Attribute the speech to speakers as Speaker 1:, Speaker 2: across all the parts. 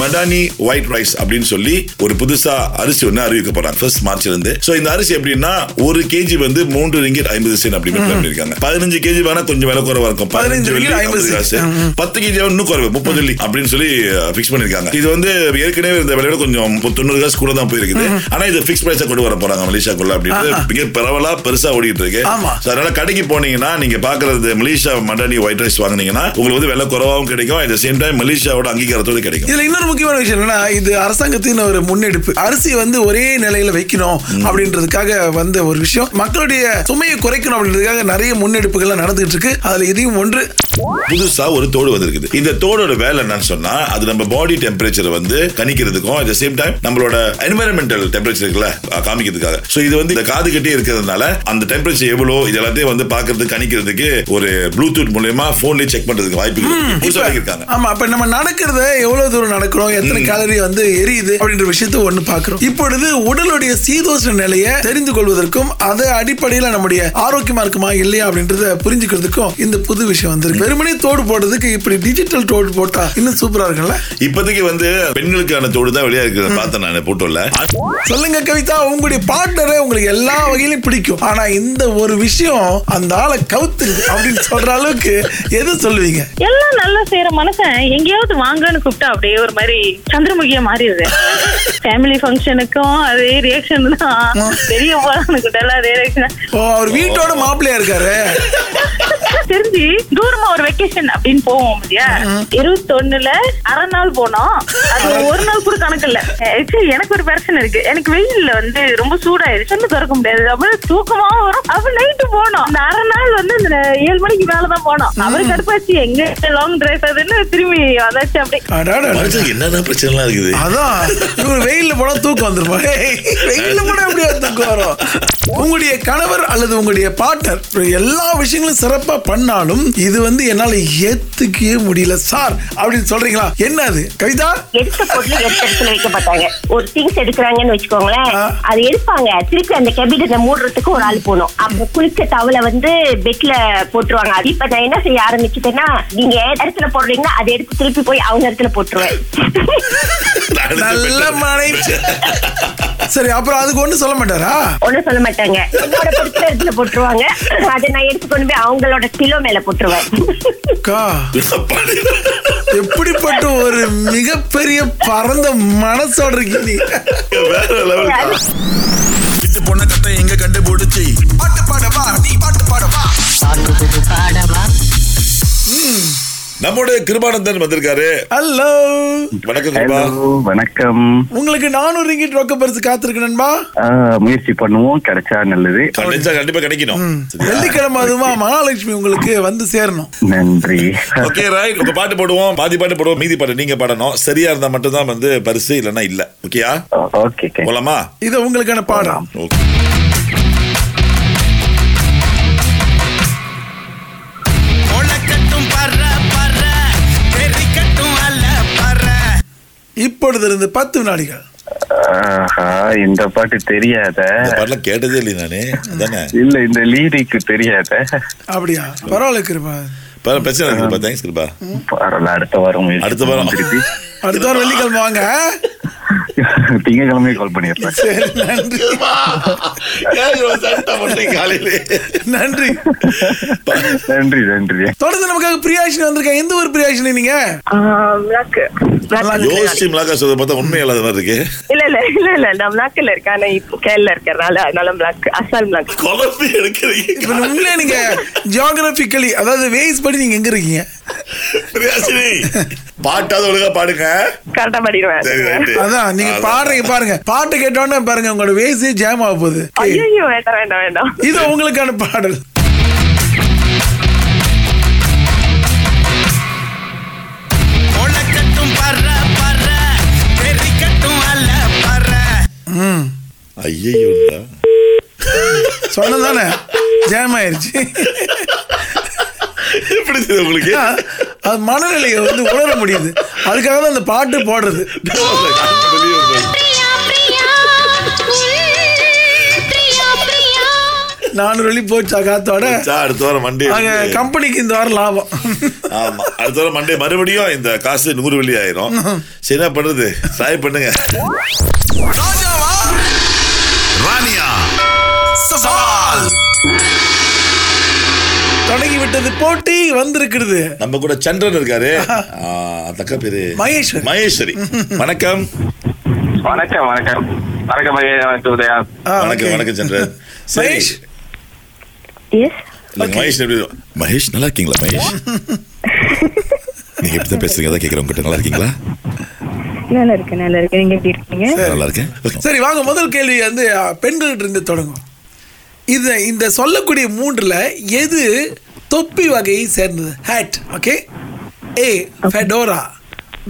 Speaker 1: Madani white rice அப்படின்னு சொல்லி ஒரு புதுசா அரிசி ஒண்ணு அறிவிக்க போறாங்க ஃபர்ஸ்ட் மார்ச்ல இருந்து சோ இந்த அரிசி எப்படின்னா ஒரு கேஜி வந்து மூன்று ரிங்கிட் ஐம்பது சென்ட் அப்படின்னு plan பண்ணிருக்காங்க பதினஞ்சு கேஜி வேணா கொஞ்சம் விலை குறைவா இருக்கும் பதினஞ்சு
Speaker 2: ringgit,
Speaker 1: வெள்ளி
Speaker 2: 50
Speaker 1: ஐம்பது காசு பத்து கேஜி இன்னும் குறைவு முப்பது வெள்ளி அப்படின்னு சொல்லி ஃபிக்ஸ் பண்ணிருக்காங்க இது வந்து ஏற்கனவே இருந்த விலையோட கொஞ்சம் பு- தொண்ணூறு காசு கூட தான் போயிருக்குது ஆனா இது ஃபிக்ஸ் பிரைஸா கொண்டு வர போறாங்க மலேசியாக்குள்ள அப்படின்னு மிக பரவலா பெருசா ஓடிட்டு இருக்கு
Speaker 2: ஆமா.
Speaker 1: So, அதனால கடைக்கு போனீங்கன்னா நீங்க பாக்குறது மலேசியா மடானி ஒயிட் ரைஸ் வாங்குனீங்கன்னா உங்களுக்கு வந்து விலை குறைவாகவும் கிடைக்கும் அட் சேம் டைம் மலேசியாவோட அங்கீகாரத்தோட கிடைக்கும்
Speaker 2: இதுல இன்னொரு முக்கியமான விஷயம் என்னன்னா இது அரசாங்கத்தின் ஒரு முன்னெடுப்பு அரிசி வந்து ஒரே நிலையில வைக்கணும் அப்படின்றதுக்காக வந்த ஒரு விஷயம் மக்களுடைய சுமையை குறைக்கணும் அப்படின்றதுக்காக நிறைய முன்னெடுப்புகள்லாம் நடந்துட்டு இருக்கு அதுல இதையும் ஒன்று
Speaker 1: புதுசா ஒரு தோடு வந்திருக்குது இந்த தோடோட வேலை என்னன்னு சொன்னா அது நம்ம பாடி டெம்பரேச்சர் வந்து கணிக்கிறதுக்கும் அட் சேம் டைம் நம்மளோட என்வரன்மெண்டல் டெம்பரேச்சர் இருக்குல்ல அஹ் காமிக்கிறதுக்காக சோ இது வந்து இந்த காது கட்டி இருக்கிறதுனால அந்த டெம்பரேச்சர் எவ்வளோ இது எல்லாத்தையும் வந்து பாக்குறது கணிக்கிறதுக்கு ஒரு ப்ளூடூத் மூலயமா போன்லயே செக் பண்றதுக்கு வாய்ப்பு இருக்கு. புதுசா இருக்காங்க
Speaker 2: ஆமா அப்ப நம்ம நடக்கிறத எவ்வளவு தூரம் நடக்கிறோம் எத்தனை கேலரி வந்து எரியுது அப்படின்ற விஷயத்த ஒண்ணு பாக்குறோம் இப்பொழுது உடலுடைய சீதோஷ நிலையை தெரிந்து கொள்வதற்கும் அது அடிப்படையில நம்முடைய ஆரோக்கியமா இருக்குமா இல்லையா அப்படின்றத புரிஞ்சுக்கிறதுக்கும் இந்த புது விஷயம் வந்திருக்கு வெறுமனே தோடு போடுறதுக்கு இப்படி டிஜிட்டல் தோடு போட்டா இன்னும் சூப்பரா இருக்கும்ல
Speaker 1: இப்போதைக்கு வந்து பெண்களுக்கான தோடு தான் வெளியா இருக்கு பார்த்தேன் நான் போட்டோல
Speaker 2: சொல்லுங்க கவிதா உங்களுடைய பார்ட்னரை உங்களுக்கு எல்லா வகையிலும் பிடிக்கும் ஆனா இந்த ஒரு விஷயம் அந்த ஆளை கவுத்துருது அப்படின்னு சொல்ற அளவுக்கு எது சொல்லுவீங்க
Speaker 3: எல்லாம் நல்லா செய்யற மனுஷன் எங்கேயாவது வாங்கன்னு கூப்பிட்டா அப்படியே ஒரு மாதிரி சந்திரமுகியா மாறிடுது ஃபேமிலி ஃபங்க்ஷனுக்கும் அதே ரியாக்ஷன் தான் பெரிய போலான்னு கூப்பிட்டாலும் அதே ரியாக்ஷன்
Speaker 2: ஓ அவர் வீட்டோட மாப்பிள்ளையா இருக்காரு
Speaker 3: தெரிஞ்சு தூரமா ஒரு வெக்கேஷன் அப்படின்னு போவோம் இல்லையா இருபத்தொன்னுல அரை நாள் போனோம் அது ஒரு நாள் கூட கணக்கு இல்ல Actually, எனக்கு ஒரு பிரச்சனை இருக்கு எனக்கு வெயில்ல வந்து ரொம்ப சூடாயிருச்சு கண்ணு திறக்க முடியாது அப்படியே தூக்கமா வரும் அப்ப நைட்டு போனோம் அந்த அரை நாள் வந்து இந்த ஏழு மணிக்கு மேலதான் போனோம் அவருக்கு கடுப்பாச்சு எங்க லாங் டிரைவ் அதுன்னு திரும்பி வந்தாச்சு அப்படியே
Speaker 2: அடாடா
Speaker 1: மனுஷனுக்கு என்னதான் பிரச்சனைலாம் இருக்குது
Speaker 2: அதான் இவர் வெயில்ல போனா தூக்கம் வந்துருமா ஏய், வெயில்ல போனா எப்படியா தூக்கம் வரும் உங்களுடைய கணவர் அல்லது உங்களுடைய பார்ட்னர் எல்லா விஷயங்களும் சிறப்பா பண்ணாலும் இது வந்து என்னால ஏத்துக்கவே முடியல சார் அப்படின்னு சொல்றீங்களா என்ன அது கவிதா
Speaker 4: எடுத்த பொருள் எடுத்த இடத்துல வைக்க மாட்டாங்க ஒரு திங்ஸ் எடுக்கிறாங்கன்னு வச்சுக்கோங்களேன்
Speaker 2: ஆ.
Speaker 4: அது எடுப்பாங்க திருப்பி அந்த கேபினெட்டை மூடுறதுக்கு ஒரு ஆள் போகணும் அப்போ குளிச்ச தவளை வந்து பெட்ல போட்டுருவாங்க அது இப்ப நான் என்ன செய்ய ஆரம்பிச்சுட்டேன்னா நீங்க இடத்துல போடுறீங்கன்னா அதை எடுத்து திருப்பி போய் அவங்க இடத்துல போட்டுருவேன்
Speaker 2: நல்ல மனைவி சரி அப்புறம் அதுக்கு ஒண்ணும் சொல்ல மாட்டாரா
Speaker 4: ஒண்ணும் சொல்ல மாட்டாங்க என்னோட பொறுத்த இடத்துல போட்டுருவாங்க அதை நான் எடுத்து கொண்டு போய் அவங்களோட கிலோ மேல போட்டுருவேன்
Speaker 2: அக்கா எப்படிப்பட்ட ஒரு மிகப்பெரிய பரந்த மனசோட இருக்கீங்க
Speaker 1: வேற லெவல்
Speaker 5: விட்டு போன கத்தை எங்க கண்டுபிடிச்சி பாட்டு பாடவா நீ பாட்டு பாடவா
Speaker 1: நம்முடைய கிருபானந்தன் வந்திருக்காரு
Speaker 2: ஹலோ
Speaker 1: வணக்கம்
Speaker 6: ஹலோ
Speaker 1: கிருபா
Speaker 6: வணக்கம்
Speaker 2: உங்களுக்கு நானூறு ரிங்கிட் ரொக்க பரிசு காத்திருக்கு நண்பா
Speaker 6: ஆ, முயற்சி பண்ணுவோம் கிடைச்சா நல்லது
Speaker 1: கண்டிப்பா கண்டிப்பா கிடைக்கணும் சரியா?
Speaker 2: வெள்ளிக்கிழமை அதுமா மகாலட்சுமி உங்களுக்கு வந்து சேரணும்
Speaker 6: நன்றி
Speaker 1: ஓகே ரைட் உங்க பாட்டு போடுவோம் பாதி பாட்டு போடுவோம் மீதி பாட்டு நீங்க பாடணும் சரியா இருந்தா மட்டும் தான் வந்து பரிசு இல்லனா இல்ல ஓகேயா
Speaker 6: ஓ- ஓகே ஓகே.
Speaker 1: போலாமா
Speaker 2: இது உங்களுக்கான பாடம்
Speaker 1: ஓகே
Speaker 5: உனக்கட்டும் பற பற தெரிக்கட்டும் அல்ல பற
Speaker 2: இப்பொழுது இருந்து பத்து வினாடிகள்
Speaker 6: ஆஹா, இந்த பாட்டு தெரியாத
Speaker 1: இந்த பாட்டுலாம் கேட்டதே இல்லை நானே அதானே
Speaker 6: இல்ல இந்த லீரிக்கு தெரியாத
Speaker 2: அப்படியா பரவாயில்ல கிருபா
Speaker 1: பரவ- பிரச்சனை இருக்குப்பா தேங்க்ஸ் கிருபா
Speaker 6: பரவாயில்ல, அடுத்த வாரம் முயற்சி
Speaker 1: அடுத்த வாரம்.
Speaker 6: பண்ணுவோம் திருப்பி
Speaker 2: அடுத்த வாரம் வெள்ளிக்கிழமை வாங்க
Speaker 6: திங்கக்கிழமையே கால் பண்ணிடுறேன்
Speaker 2: சரி நன்றி நன்றி
Speaker 6: நன்றி நன்றி
Speaker 2: தொடர்ந்து நமக்காக பிரியாஷினி வந்திருக்கேன் எந்த ஒரு பிரியாஷினி நீங்க
Speaker 7: விளாக்கு
Speaker 1: யோசிச்சு மிளகா சொல்றது பார்த்தா உண்மை இல்லாத மாதிரி இருக்கு
Speaker 7: இல்ல இல்ல இல்ல இல்ல நான் விளாக்குல இருக்கேன் ஆனா இப்போ கேரளா இருக்கறனால அதனால விளாக்கு அசால் விளாக்கு
Speaker 1: குழப்பி எடுக்கிறீங்க
Speaker 2: இப்ப உண்மையிலே நீங்க ஜியாகிரபிக்கலி அதாவது வேஸ் படி நீங்க எங்க இருக்கீங்க
Speaker 1: பிரியாசினி பாட்டாவது ஒழுங்கா பாடுங்க
Speaker 7: கரெக்டா
Speaker 1: சரி
Speaker 7: பண்ணிடுவேன்
Speaker 1: ரைட்டு
Speaker 2: அதான் நீங்க பாடுறீங்க பாருங்க பாட்டு கேட்டோன்னே பாருங்க உங்களோட வேஸ் ஜாம் ஆக போகுது
Speaker 7: ஐயோ வேண்டாம் வேண்டாம் வேண்டாம்
Speaker 2: இது உங்களுக்கான பாடல்
Speaker 5: உனக்கட்டும் பற பற தெரிக்கட்டும் அல்ல பற
Speaker 1: ஐயோ
Speaker 2: சொன்னதானே ஜாம் ஆயிருச்சு
Speaker 1: எப்படி தெரியுது உங்களுக்கு
Speaker 2: ஏன்னா, அது மனநிலையை வந்து உணர முடியுது அதுக்காக தான் அந்த பாட்டு போடுறது
Speaker 8: பிரியா பிரியா உன் பிரியா பிரியா
Speaker 2: நானூறு வெள்ளி போச்சா காத்தோட
Speaker 1: சா, அடுத்த வாரம் மண்டே
Speaker 2: அங்க கம்பெனிக்கு இந்த வாரம் லாபம்
Speaker 1: ஆமா அடுத்த வாரம் மண்டே மறுபடியும் இந்த காசு நூறு வெள்ளி ஆயிரும் சரி என்ன பண்றது ட்ரை பண்ணுங்க
Speaker 5: ராஜாவா ராணியா சவால்
Speaker 2: தொடங்கி விட்டது போட்டி வந்திருக்கிறது
Speaker 1: நம்ம கூட சந்திரன் இருக்காரு ஆ, தக்க பேரு
Speaker 2: மகேஸ்வரி.
Speaker 1: மகேஸ்வரி வணக்கம்
Speaker 6: வணக்கம் வணக்கம் வணக்கம் ஐயா, வணக்கம் உதயா
Speaker 2: ஆ,
Speaker 1: வணக்கம்
Speaker 2: okay.
Speaker 1: வணக்கம் சந்திரன் சரி இல்ல, மகேஷ்
Speaker 2: மகேஷ்
Speaker 1: எப்படி மகேஷ் நல்லா இருக்கீங்களா மகேஷ் நீங்க எப்படிதான் பேசுறீங்க அதான் கேக்குறேன் உங்ககிட்ட நல்லா இருக்கீங்களா
Speaker 7: நல்லா இருக்கேன் நல்லா இருக்கேன் நீங்க எப்படி இருக்கீங்க
Speaker 1: நல்லா இருக்கேன்
Speaker 2: சரி வாங்க முதல் கேள்வி வந்து அ, பெண்கள்கிட்ட இருந்து தொடங்கும் இது இந்த சொல்லக்கூடிய மூன்றுல எது தொப்பி வகையை சேர்ந்தது hat okay A fedora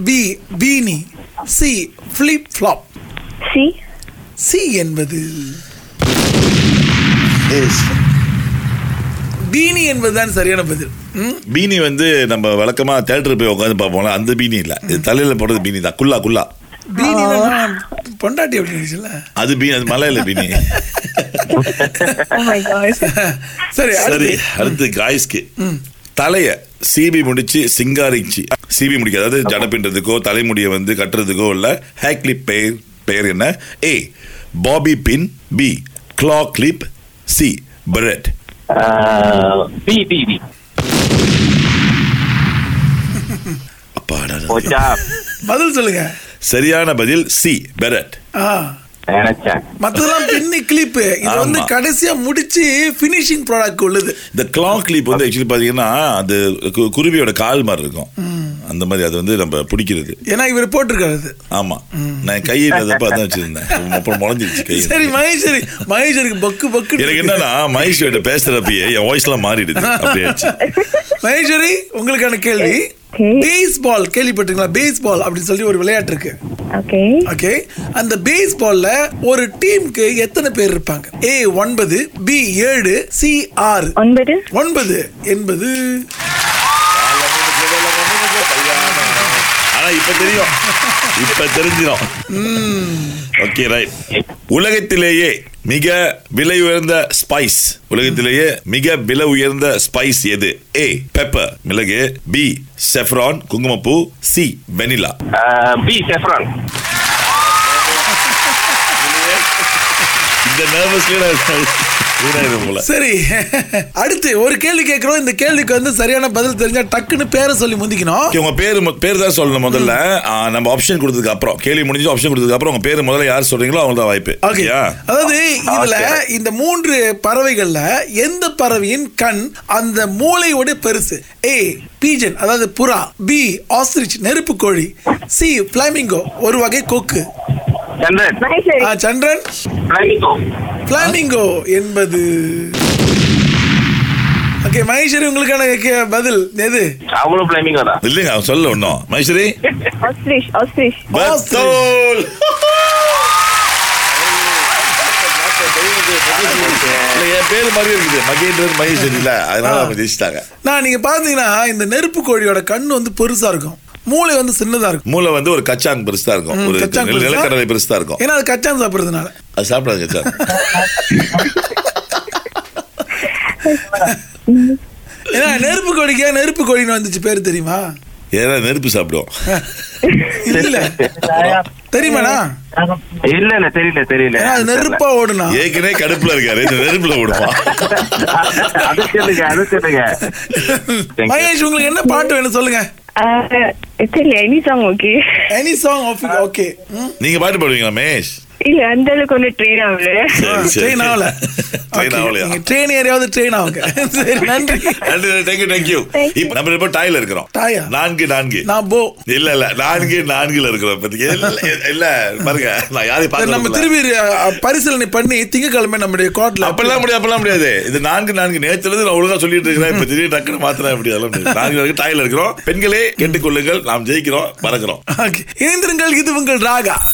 Speaker 2: B beanie C flip flop
Speaker 4: C
Speaker 2: C என்பது பீனி என்பதுதான் சரியான பதில் ம்,
Speaker 1: பீனி வந்து நம்ம வழக்கமா தேட்டர் போய் உட்காந்து பார்ப்போம்ல அந்த பீனி இல்ல இது தலையில போடுறது பீனி தான் குல்லா குல்லா
Speaker 2: பீனி நான் பொண்டாட்டி அப்படின்னு இருந்துச்சுல்ல
Speaker 1: அது பீனி அது மலையில பீனி
Speaker 7: Oh my God.
Speaker 2: சரி
Speaker 1: சரி
Speaker 2: அடுத்து.
Speaker 1: அடுத்து காய்ஸ்க்கு தலைய சிபி முடிச்சு சிங்காரிச்சு சிபி முடிக்க அதாவது ஜட பின்றதுக்கோ தலைமுடியை வந்து கட்டுறதுக்கோ இல்ல ஹேர் கிளிப் பெயர் பெயர் என்ன A bobby pin B claw clip C bread
Speaker 6: B B B
Speaker 1: அப்பாடா
Speaker 6: போச்சா
Speaker 2: பதில் சொல்லுங்க
Speaker 1: சரியான பதில் சி பெரட்
Speaker 2: ஆ
Speaker 6: நினைச்சேன்
Speaker 2: மத்ததெல்லாம் பின்னி கிளிப்பு இது வந்து
Speaker 1: ஆமா.
Speaker 2: கடைசியா முடிச்சு ஃபினிஷிங் ப்ராடக்ட் உள்ளது
Speaker 1: இந்த க்ளா கிளிப் வந்து ஆக்சுவலி பாத்தீங்கன்னா அது கு- குருவியோட கால் மாதிரி இருக்கும் அந்த மாதிரி அது வந்து நம்ம பிடிக்கிறது
Speaker 2: ஏன்னா இவர் போட்டிருக்காரு
Speaker 1: ஆமா நான் கையில் இருந்தப்ப அதான் வச்சிருந்தேன் அப்புறம் முளைஞ்சிருச்சு கை
Speaker 2: சரி மகேஸ்வரி மகேஸ்வரிக்கு பக்கு பக்கு
Speaker 1: எனக்கு என்னன்னா மகேஸ்வரிட்ட பேசுறப்பயே என் வாய்ஸ் எல்லாம் மாறிடுது அப்படியாச்சு
Speaker 2: மகேஸ்வரி உங்களுக்கான கேள்வி
Speaker 4: Okay.
Speaker 2: பேஸ்பால் கேள்விப்பட்டிருக்கீங்களா பேஸ்பால் அப்படின்னு சொல்லி ஒரு விளையாட்டு இருக்கு
Speaker 4: ஓகே
Speaker 2: ஓகே அந்த பேஸ்பால்ல ஒரு டீமுக்கு எத்தனை பேர் இருப்பாங்க ஏ ஒன்பது பி ஏழு சி ஆறு
Speaker 4: ஒன்பது
Speaker 2: ஒன்பது என்பது
Speaker 1: ஆனா இப்ப தெரியும் இப்ப தெரிஞ்சிடும் ஓகே ரைட் உலகத்திலேயே மிக விலை உயர்ந்த ஸ்பைஸ் உலகத்திலேயே மிக விலை உயர்ந்த ஸ்பைஸ் எது ஏ பெப்பர் மிளகு பி செஃப்ரான் குங்குமப்பூ சி வெனிலா
Speaker 6: பி செஃப்ரான்
Speaker 1: இந்த நர்வஸ்லயே போல
Speaker 2: சரி அடுத்து ஒரு கேள்வி கேட்கிறோம் இந்த கேள்விக்கு வந்து சரியான பதில் தெரிஞ்சா டக்குன்னு பேரை சொல்லி முந்திக்கணும்
Speaker 1: Okay, உங்க பேரு மு- பேர் தான் சொல்லணும் முதல்ல ஆ, நம்ம ஆப்ஷன் கொடுத்ததுக்கு அப்புறம் கேள்வி முடிஞ்சு ஆப்ஷன் கொடுத்ததுக்கு அப்புறம் உங்க பேர் முதல்ல யார் சொல்றீங்களோ அவங்க தான் வாய்ப்பு
Speaker 2: Okay.
Speaker 1: ஓகேயா
Speaker 2: அதாவது இதுல இந்த மூன்று பறவைகள்ல எந்த பறவையின் கண் அந்த மூளையோட பெருசு ஏ பீஜன் அதாவது புறா பி ஆஸ்திரிச் நெருப்பு கோழி சி பிளாமிங்கோ ஒரு வகை கொக்கு
Speaker 6: சந்திரன்
Speaker 2: ஆ, சந்திரன் பிளாமிங்கோ என்பது ஓகே மகேஸ்வரி உங்களுக்கான கே- பதில் எது
Speaker 6: அவ்வளவு பிளைமிங் தான்
Speaker 1: இல்லைங்க அவன் சொல்ல ஒன்றும் மகேஸ்வரி
Speaker 7: Ostrich, ostrich.
Speaker 1: பத்தோல் இல்ல, என் பேர் மாதிரி இருக்குது மகேந்திரன் மகேஸ்வரி இல்ல அதனால அவங்க ஜெயிச்சிட்டாங்க
Speaker 2: நான் நீங்க பாத்தீங்கன்னா இந்த நெருப்பு கோழியோட கண் வந்து பெருசா இருக்கும் மூளை வந்து சின்னதா இருக்கும்
Speaker 1: மூளை வந்து ஒரு கச்சாங் பெருசா இருக்கும்
Speaker 2: ம்,
Speaker 1: ஒரு
Speaker 2: கச்சான்
Speaker 1: நில-
Speaker 2: பெருசா?
Speaker 1: நிலக்கடலை பெருசா இருக்கும்
Speaker 2: ஏன்னா அது கச்சான் சாப்பிடுறதுனால
Speaker 1: அது சாப்பிடாது கச்சாங்
Speaker 2: ஏன்னா நெருப்பு கோழிக்கா நெருப்பு கோழின்னு வந்துச்சு பேர் தெரியுமா
Speaker 1: ஏன்னா நெருப்பு சாப்பிடுவோம்
Speaker 2: இல்ல தெரியுமாடா
Speaker 6: இல்ல இல்ல தெரியல தெரியல
Speaker 2: ஏன்னா அது நெருப்பா ஓடுனா
Speaker 1: ஏற்கனவே கடுப்புல இருக்காரு இந்த நெருப்புல விடுவான்
Speaker 6: அது சொல்லுங்க அது சொல்லுங்க
Speaker 2: மகேஷ் உங்களுக்கு என்ன பாட்டு வேணும் சொல்லுங்க
Speaker 7: Uh, தெரியல any song okay
Speaker 2: any song okay
Speaker 1: நீங்க பாட்டு பாடுவீங்களா மேஷ்
Speaker 7: இல்ல அந்த அளவுக்கு ஒன்னும் ட்ரெயின் ஆகல
Speaker 1: சரி, சரி.
Speaker 2: ட்ரெயின் ஆகல
Speaker 1: ட்ரெயின் ஆகலையா?
Speaker 2: ட்ரெயின் ஏறியாவது ட்ரெயின் ஆகுங்க சரி நன்றி
Speaker 1: நன்றி, நன்றி, thank you, thank you. இப்ப நம்ம இப்ப டாய்ல இருக்கிறோம்
Speaker 2: டாயா?
Speaker 1: நான்கு நான்கு
Speaker 2: நான் போ
Speaker 1: இல்ல இல்ல நான்கு நான்குல இருக்கிறோம் இப்போதைக்கு. இல்ல, இல்ல, இல்ல பாருங்க நான் யாரையும்
Speaker 2: சரி,
Speaker 1: பார்க்க
Speaker 2: நம்ம
Speaker 1: நம்ம
Speaker 2: திரும்பி அஹ், பரிசீலனை பண்ணி திங்கக்கிழமை நம்முடைய கோட்ல
Speaker 1: அப்பெல்லாம் முடியாது அப்பெல்லாம் முடியாது இது நான்கு நான்கு நேரத்துல இருந்து நான் ஒழுங்கா சொல்லிட்டு இருக்கிறேன் இப்ப திடீர்னு டக்குன்னு மாத்திரம் எப்படி அதெல்லாம் முடியாது. நான்கு நான்கு டாய்ல இருக்கிறோம் பெண்களே கேட்டுக்கொள்ளுங்கள் நாம் ஜெயிக்கிறோம் பறக்கிறோம்
Speaker 2: Okay. இணைந்திருங்கள் இது உங்கள் ராகா